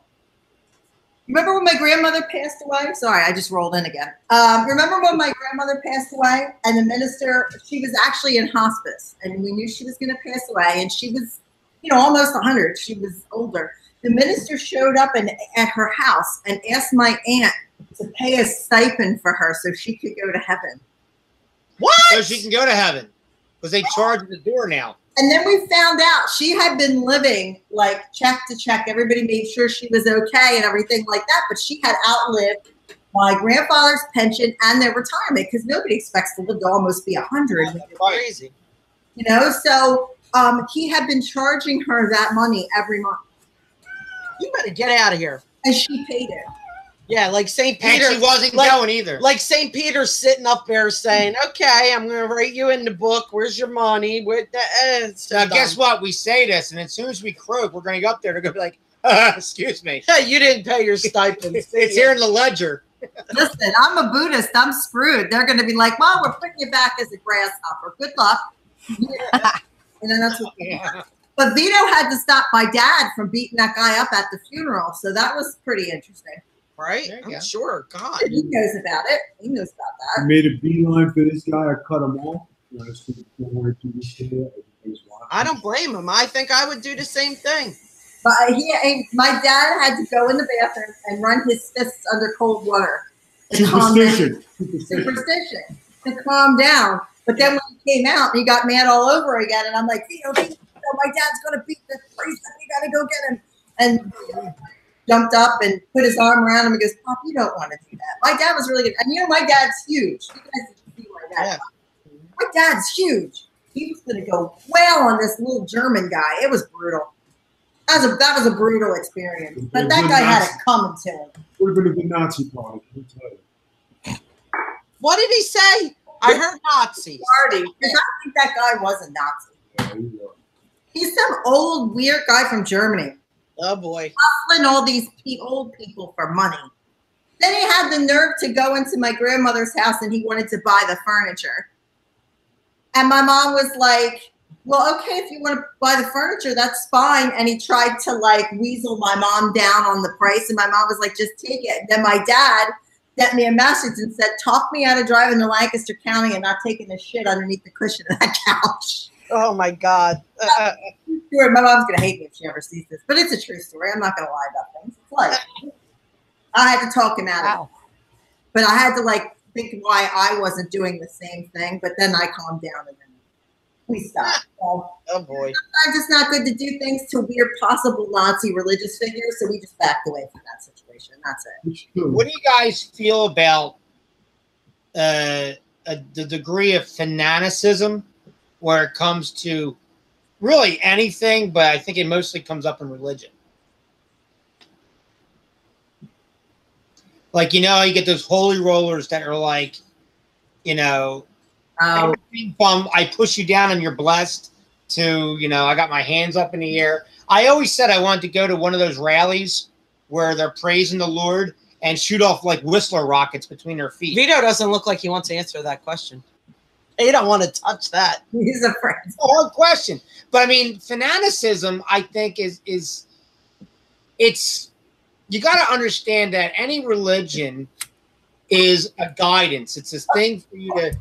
remember when my grandmother passed away? Sorry, I just rolled in again. Um, remember when my grandmother passed away and the minister, she was actually in hospice and we knew she was going to pass away and she was, you know, almost 100. She was older. The minister showed up and, at her house and asked my aunt to pay a stipend for her so she could go to heaven.
What?
so she can go to heaven because they charge the door now.
And then we found out she had been living like check to check. Everybody made sure she was okay and everything like that. But she had outlived my grandfather's pension and their retirement because nobody expects to live to almost be 100.
Crazy.
You know, so um, he had been charging her that money every month
You better get out of here.
and she paid it.
Yeah, like St.
And
Peter.
she wasn't
like-
going either.
like St. Peter's sitting up there saying, "Okay, I'm going to write you in the book. Where's your money?" With the eh, it's
now,
done.
guess what? We say this, and as soon as we croak, we're going to go up there to go be like, "Uh, "Excuse me,
Yeah, you didn't pay your stipend.
it's, it's here in the ledger."
Listen, I'm a Buddhist. I'm screwed. They're going to be like, well, we're putting you back as a grasshopper. Good luck. You know, that's what But Vito had to stop my dad from beating that guy up at the funeral. So that was pretty interesting.
right?
There you
I'm
go.
sure. God,
He knows about it. He knows about
I
that.
made a beeline for this guy. I cut him off. You know, it's been four way through this area. Everybody's watching.
I don't blame him. I think I would do the same thing.
But he, and my dad had to go in the bathroom and run his fists under cold water to calm down.
Superstition. Superstition.
Superstition to calm down. But then when he came out, he got mad all over again, and I'm like, Theo, Theo, my dad's gonna beat this priest. up. You gotta go get him. And jumped up and put his arm around him and goes, Pop, you don't want to do that. My dad was really good, and you know, my dad's huge. You guys can see my dad. My dad's huge. He was gonna go well on this little German guy. It was brutal. That was a that was a brutal experience. But that guy had it coming to him.
Would have been a good Nazi party. let me tell you.
What did he say? I heard Nazis.
Party. 'Cause I think that guy was a Nazi.
Yeah, you know.
He's some old weird guy from Germany,
Oh boy.
hustling all these pe- old people for money. Then he had the nerve to go into my grandmother's house and he wanted to buy the furniture. And my mom was like, "Well, okay, if you want to buy the furniture, that's fine." And he tried to like weasel my mom down on the price, and my mom was like, "Just take it." Then my dad sent me a message and said, "Talk me out of driving to Lancaster County and not taking the shit underneath the cushion of that couch."
Oh my God. Uh, uh,
story. My mom's gonna hate me if she ever sees this, but it's a true story. I'm not gonna lie about things. It's like I had to talk him out of it,
Wow.
but I had to like think why I wasn't doing the same thing. But then I calmed down and then we stopped. So
oh boy.
sometimes it's not good to do things to weird possible Nazi religious figures, so we just backed away from that situation. That's it.
It's true.
What do you guys feel about uh, uh, the degree of fanaticism where it comes to really anything? But I think it mostly comes up in religion. Like you know, you get those holy rollers that are like, you know,
Um,
everything from I push you down and you're blessed to, you know, I got my hands up in the air. I always said I wanted to go to one of those rallies where they're praising the Lord and shoot off like Whistler rockets between their feet.
Vito doesn't look like he wants to answer that question. He don't want to touch that.
he's a friend.
It's a hard question. But I mean, fanaticism, I think, is is it's you gotta understand that any religion is a guidance. It's this thing for you to,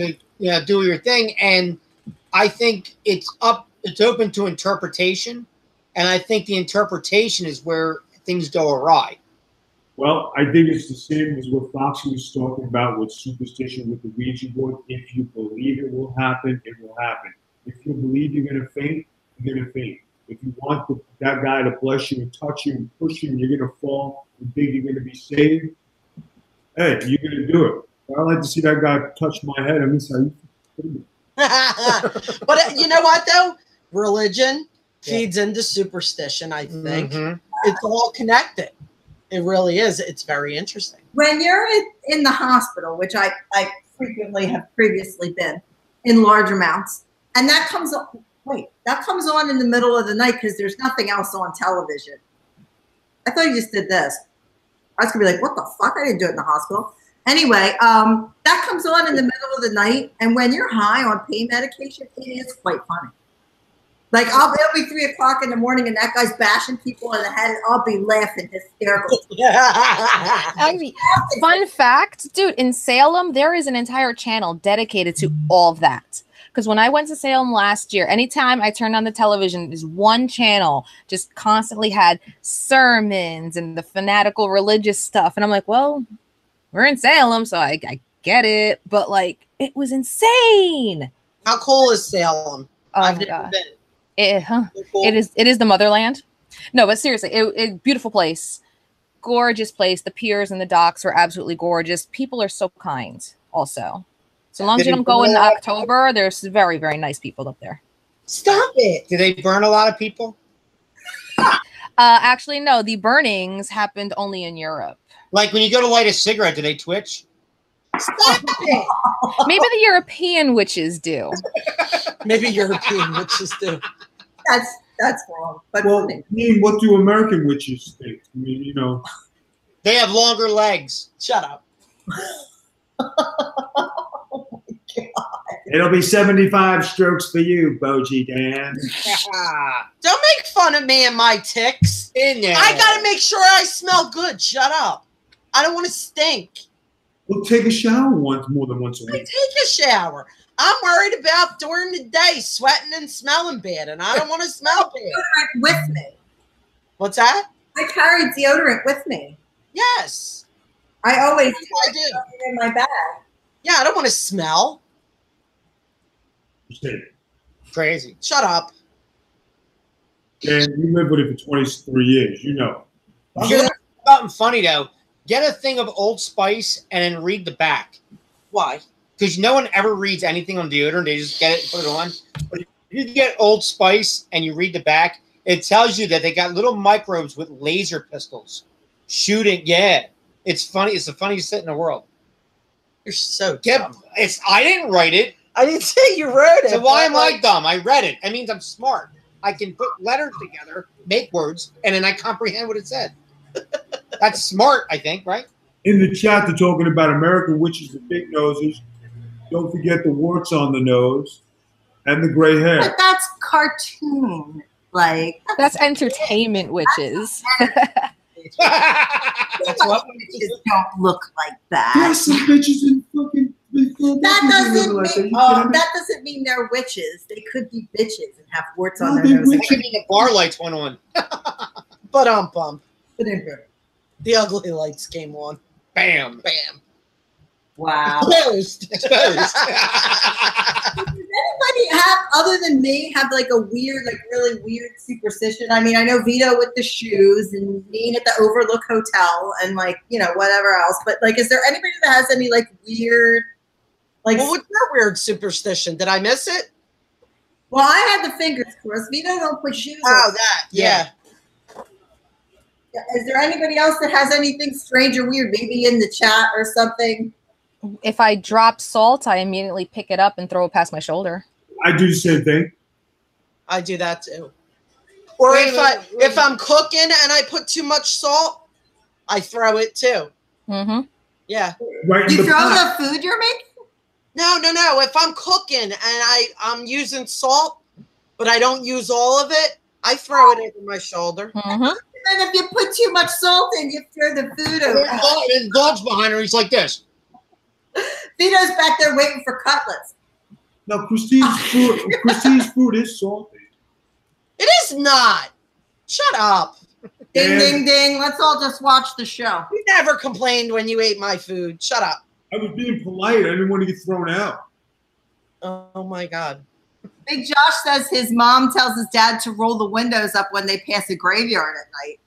to you know do your thing. And I think it's up it's open to interpretation. And I think the interpretation is where things go awry.
Well, I think it's the same as what Foxy was talking about with superstition with the Ouija board. If you believe it will happen, it will happen. If you believe you're going to faint, you're going to faint. If you want the, that guy to bless you and touch you and push you and you're going to fall and think you're going to be saved, hey, you're going to do it. I like to see that guy touch my head. I'm inside.
but uh, you know what though? Religion feeds into superstition, I think.
Mhm.
It's all connected. It really is. It's very interesting.
when you're in- in the hospital, which I, I frequently have previously been in large amounts, and that comes on, wait, that comes on in the middle of the night because there's nothing else on television. I thought you just did this. I was gonna be like, what the fuck? I didn't do it in the hospital. Anyway, um, that comes on in the middle of the night, and when you're high on pain medication, it is quite funny. Like I'll it'll be three o'clock in the morning, and that guy's bashing people in the head, and I'll be laughing hysterical.
I mean, fun fact, dude, in Salem, there is an entire channel dedicated to all of that. Because when I went to Salem last year, anytime I turned on the television, this one channel just constantly had sermons and the fanatical religious stuff. And I'm like, well, we're in Salem, so I, I get it. But like, it was insane.
How cool is Salem?
Oh
I've
my
never
God.
been.
It, huh?
They're cool.
It is it is the motherland. No, but seriously, it, it beautiful place, gorgeous place. The piers and the docks were absolutely gorgeous. People are so kind, also. So long as
Did
you
it
don't go in
blow up?
October, there's very very nice people up there.
Stop it.
Do they burn a lot of people?
Uh, actually, no, the burnings happened only in Europe.
Like when you go to light a cigarette, do they twitch?
Stop it.
Maybe the European witches do.
Maybe European witches do.
That's that's wrong. But
Well, I mean, what do American witches think? I mean, you know,
They have longer legs.
Shut up.
it'll be 75 strokes for you, Boji Dan.
Ah.
Don't make fun of me and my ticks.
in there.
I gotta make sure I smell good. Shut up. I don't want to stink.
Well, take a shower once more than once a
I
week.
take a shower. I'm worried about during the day sweating and smelling bad, and I don't want to smell bad.
deodorant with me.
What's that?
I carry deodorant with me.
Yes.
I always put
I do.
it in my bag.
Yeah, I don't want to smell.
You said it.
Crazy.
Shut up.
Dan, you lived with it for 23 years. You know.
You know something funny though? Get a thing of Old Spice and then read the back. Why? Because no one ever reads anything on deodorant. They just get it and put it on. But if you get Old Spice and you read the back, it tells you that they got little microbes with laser pistols shooting. Yeah, it's funny. It's the funniest shit in the world.
You're so
Get
dumb.
it's. I didn't write it.
I didn't say you wrote it.
So why am
but,
I
like,
dumb? I read it. That means I'm smart. I can put letters together, make words, and then I comprehend what it said. That's smart, I think, right?
In the chat, they're talking about American witches and big noses. Don't forget the warts on the nose and the gray
But
hair.
that's cartoon. Like
That's entertainment witches.
That's what
witches don't look like that.
There's some bitches in fucking.
That doesn't
like
mean
You
oh,
kidding me?
that doesn't mean they're witches. They could be bitches and have warts on
No,
their
they
nose.
I think the bar lights went on.
But um, bump.
Put in here.
The ugly lights came on.
Bam.
Bam.
Wow.
Closed.
Exposed.
Does anybody have other than me have like a weird, like really weird superstition? I mean, I know Vito with the shoes and being at the Overlook Hotel and like you know whatever else. But like, is there anybody that has any like weird, like?
Well, what's that weird superstition? Did I miss it?
Well, I had the fingers crossed. Vito don't put shoes.
Oh,
on.
that. Yeah.
Is there anybody else that has anything strange or weird? Maybe in the chat or something.
if I drop salt, I immediately pick it up and throw it past my shoulder.
I do the same thing.
I do that too. Or
Wait a
if I
minute, wait a
if I'm cooking and I put too much salt, I throw it too.
hmm
Yeah.
Right in the pot.
food you're making.
No, no, no. If I'm cooking and I I'm using salt, but I don't use all of it, I throw it over my shoulder.
hmm
And then if you put too much salt in, you throw the food over.
His dog's behind her. He's like this.
Vito's back there waiting for cutlets.
Now, Christine's food, Christine's food is salty.
It is not. Shut up.
Ding,
Yeah.
ding, ding. Let's all just watch the show.
You never complained when you ate my food. Shut up.
I was being polite. I didn't want to get thrown out.
Oh my god.
Big Josh says his mom tells his dad to roll the windows up when they pass a graveyard at night.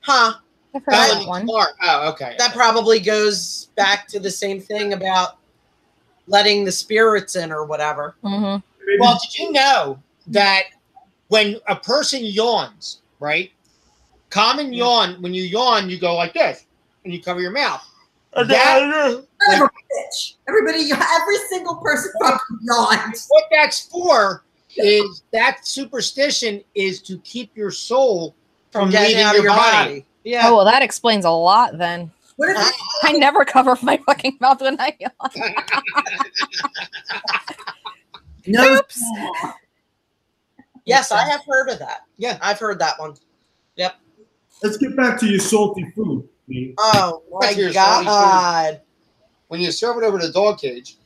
Huh.
I've heard
That
that one.
Smart. Oh, okay.
That probably goes back to the same thing about letting the spirits in or whatever.
hmm
Maybe
well, did you know that when a person yawns, right? Common yawn, when you yawn, you go like this and you cover your mouth. That-
Son of a bitch. Everybody, every single person fucking yawned.
what that's for is that superstition is to keep your soul from
Getting
leaving
out
your,
of your
body.
body. Yeah.
Oh well, that explains a lot then.
What if
Ah.
I never cover my fucking mouth when I yawn.
no?
Yes, I have heard of that.
Yeah.
I've heard that one.
let's get back to your salty food. Christine.
Oh my
What's your salty food?
god.
When you serve it over the dog cage,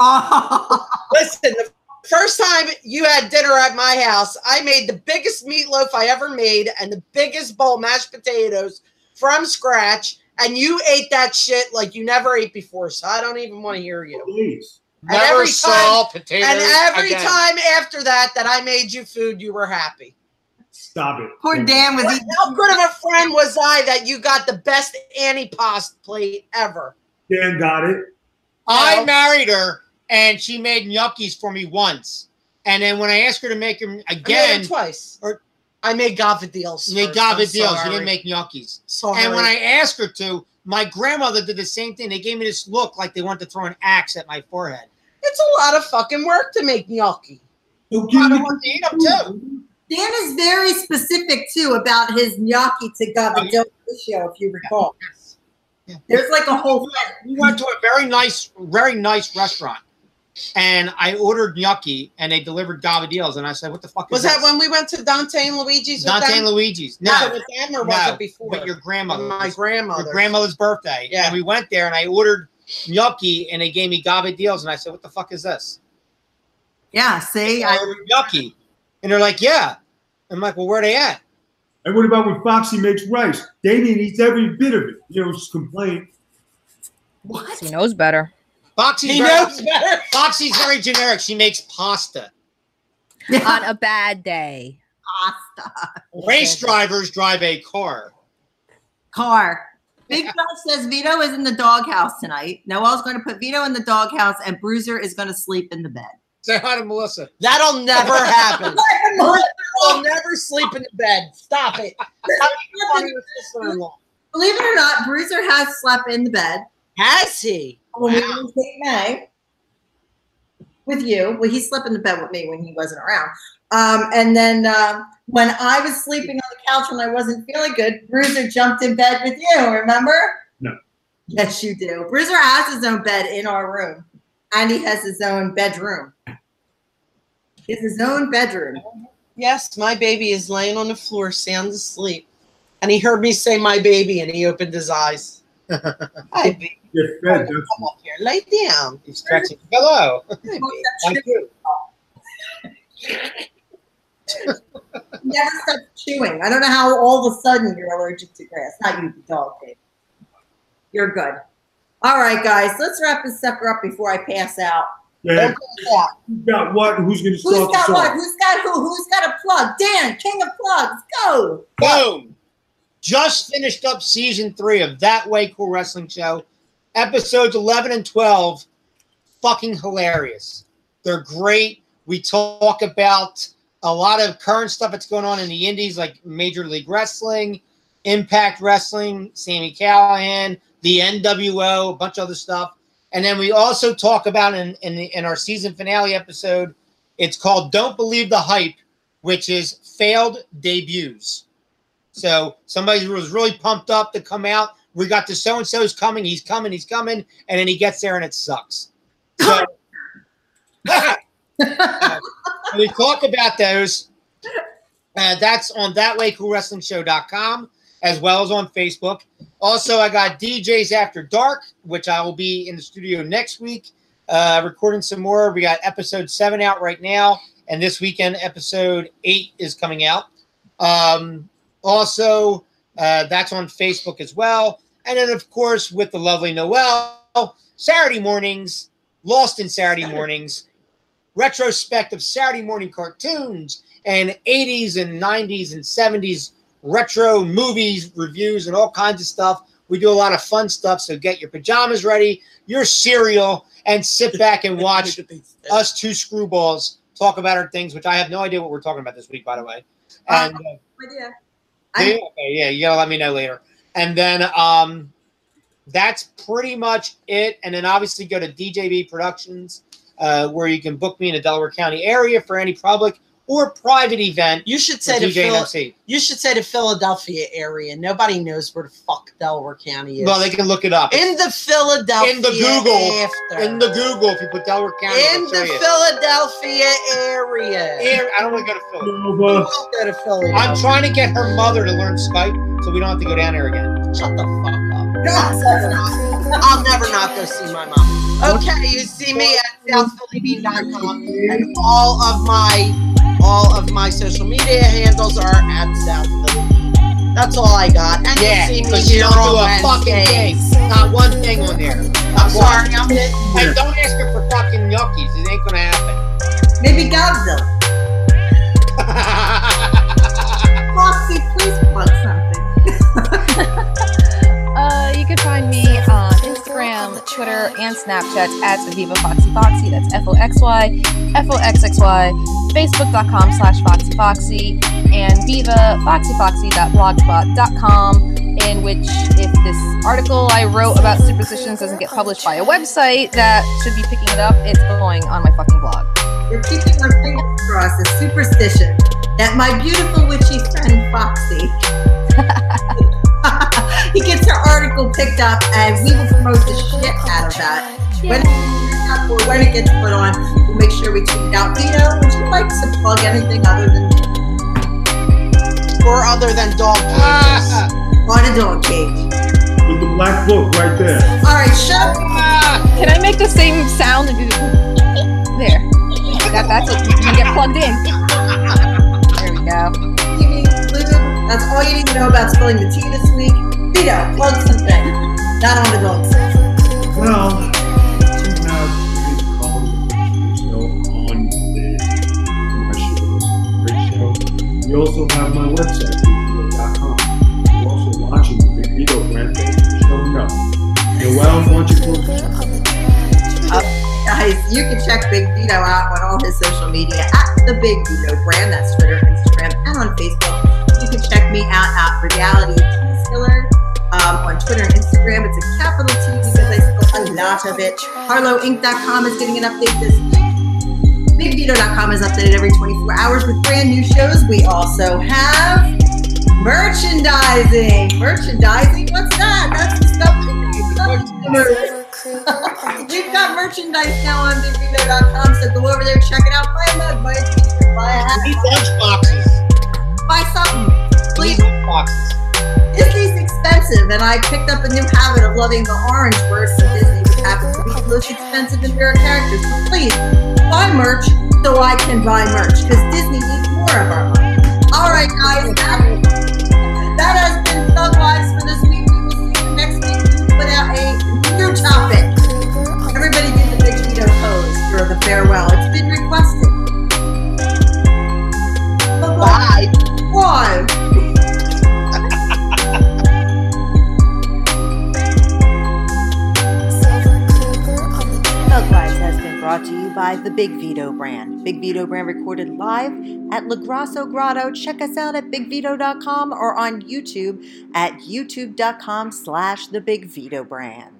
Oh,
Listen, the first time you had dinner at my house, I made the biggest meatloaf I ever made and the biggest bowl of mashed potatoes from scratch. And you ate that shit like you never ate before. So I don't even want to hear you.
Please.
And every
never saw potatoes.
And every
again.
time after that, that I made you food, you were happy.
Stop it.
poor Dan was
What-
eating.
how good of a friend was I that you got the best antipasto plate ever?
Dan got it.
I
No.
married her and she made gnocchis for me once. And then when I asked her to make them
I made
again,
it twice.
or-
I made gavadils.
they
first,
got
I'm
the deal. She
sorry.
didn't make gnocchis.
Sorry.
And when I asked her to, my grandmother did the same thing. They gave me this look like they wanted to throw an axe at my forehead.
It's a lot of fucking work to make gnocchi.
So
I
give me
don't want to eat them too.
Dan is very specific too about his gnocchi to gavadil ratio, if you recall. There's like a whole thing.
we went to a very nice, very nice restaurant, and I ordered gnocchi, and they delivered gavadils, and I said, "What the fuck
Was
is
that when we went to Dante and Luigi's? with
Dante
them?
and Luigi's?
Was it
No,
with them or was
no,
it before? Oh
but your grandmother,
my
was-
grandmother.
your grandmother's birthday,
Yeah.
and we went there, and I ordered gnocchi, and they gave me gavadils, and I said, "What the fuck is this?
Yeah, see,
I
I
ordered gnocchi," and they're like, "Yeah," I'm like, "Well, where are they at?"
And what about when Foxy makes rice? Damien eats every bit of it. You know, just complain.
He knows better.
Foxy's
He
very,
knows
better.
Foxy's very generic. She makes pasta.
On a bad day.
Pasta.
Race drivers drive a car.
Car. Big Buff says Vito is in the doghouse tonight. Noel's going to put Vito in the doghouse, and Bruiser is going to sleep in the bed.
Say hi to Melissa.
That'll never happen.
I'll
I'll never sleep in the bed. Stop it.
Believe it or not, Bruiser has slept in the bed
Has he?
when we were in St. May with you. Well, he slept in the bed with me when he wasn't around. Um, and then um when I was sleeping on the couch when I wasn't feeling good, Bruiser jumped in bed with you. Remember?
No.
Yes, you do. Bruiser has his own bed in our room, and he has his own bedroom. He has his own bedroom.
Yes, my baby is laying on the floor, sound asleep. And he heard me say my baby and he opened his eyes. Hi, baby.
Get fed. That's
Come up here. Lay down.
He's stretching. Hello.
Hi, baby.
Like you.
never stop chewing. I don't know how all of a sudden you're allergic to grass. Not you, the dog, babe. You're good. All right, guys, let's wrap this sucker up before I pass out.
yeah.
Yeah.
Who got what? and Who's going to
Who's
start
got
the
what?
song?
Who's got who? Who's got a plug? Dan, king of plugs, go.
Boom. Just finished up season three of That Way Cool Wrestling Show. Episodes 11 and 12, fucking hilarious. They're great. We talk about a lot of current stuff that's going on in the indies, like Major League Wrestling, Impact Wrestling, Sammy Callahan, the NWO, a bunch of other stuff. And then we also talk about in, in, the, in our season finale episode, it's called Don't Believe the Hype, which is failed debuts. So somebody was really pumped up to come out. We got the so and so's coming. He's coming. He's coming. And then he gets there and it sucks. So, we talk about those. Uh, that's on thatwaycoolwrestlingshow.com as well as on Facebook. Also, I got DJs After Dark, which I will be in the studio next week uh, recording some more. We got episode seven out right now. And this weekend, episode eight is coming out. Um, also, uh, that's on Facebook as well. And then, of course, with the lovely Noel, Saturday mornings, Lost in Saturday mornings, retrospective Saturday morning cartoons, and 80s and 90s and 70s retro movies, reviews, and all kinds of stuff. We do a lot of fun stuff. So get your pajamas ready, your cereal, and sit back and watch us two screwballs talk about our things, which I have no idea what we're talking about this week, by the way. And uh,
I-
yeah, okay, yeah, you gotta let me know later. And then um that's pretty much it. And then obviously go to DJB Productions, uh, where you can book me in the Delaware County area for any public or private event.
You should say
with
to
DJ and
Phil,
MC.
you should say the Philadelphia area. Nobody knows where the fuck Delaware County is.
Well, they can look it up.
in the Philadelphia
In the Google.
after.
in the Google, if you put Delaware County,
in
it'll
the
show you.
Philadelphia area.
Air- I don't want to go to Philly.
You
Nova.
won't go to Philly.
I'm trying to get her mother to learn Skype, so we don't have to go down there again.
Shut the fuck up. I'll never not go see my mom. Okay, you see me at southphillybean.com and all of my all of my social media handles are at South Philly. Bean. That's all I got. And
Yeah,
you see me
'cause you
here
don't do
on
a fucking
Wednesdays.
thing. Not one thing on there.
I'm sorry, I'm
Hey, don't ask her for fucking yuckies. It ain't gonna happen.
Maybe Godzilla. Foxy, please plug something.
Uh, you can find me on Instagram, Twitter, and Snapchat at Viva Foxy Foxy. That's F O X Y, F O X X Y, Facebook.com slash Foxy Foxy, and Viva Foxy Foxy.blogspot.com. In which, if this article I wrote about superstitions doesn't get published by a website that should be picking it up, it's going on my fucking blog.
We're keeping our fingers crossed. It's superstition that my beautiful witchy friend Foxy. he gets her article picked up, and we will promote the shit out of that. When or when it gets put on, we'll make sure we tweet it out. Vito, would you like to plug anything other than
or other than dog cages.
on a dog cage?
With the black book right there.
All right, shut up.
Can I make the same sound? and do the- There. That, that's it. You can get plugged in. There we go.
Give me lube That's all you need to know about spilling the tea this week. Vito, plug something. Not on the dogs.
Well, two mouths is called show on the show. We also have my website, bigvito.com. You're also watching the Big Vito rampage show no. Noel, why don't you close this out?
Guys, you can check Big Vito out on all his social media at the Big Vito brand. That's Twitter, Instagram, and on Facebook. You can check me out at Reality Teaskiller um, on Twitter and Instagram. It's a capital T because I spell a lot of it. HarlowInc.com is getting an update this week. BigVito.com is updated every 24 hours with brand new shows. We also have merchandising. Merchandising? What's that? That's the stuff we make. We've got merchandise now on BigVito.com, so go over there, check it out, buy a mug, buy a t-shirt, buy a hat,
These lunch boxes.
buy something.
These
Please,
lunch boxes.
Disney's expensive, and I picked up a new habit of loving the orange versus Disney, which happens to be the most expensive and rare characters. So please, buy merch so I can buy merch, because Disney needs more of our money. All right, guys, that, that has been Thug Lives for this week. We will see you next week. We put out a new topic. Everybody did the big veto pose for the farewell. It's been requested. Bye. Why? Thug Lives has been brought to you by the Big Vito brand. Big Vito brand recorded live at La Grasso Grotto. Check us out at bigvito.com or on YouTube at youtube.com slash the Big Vito brand.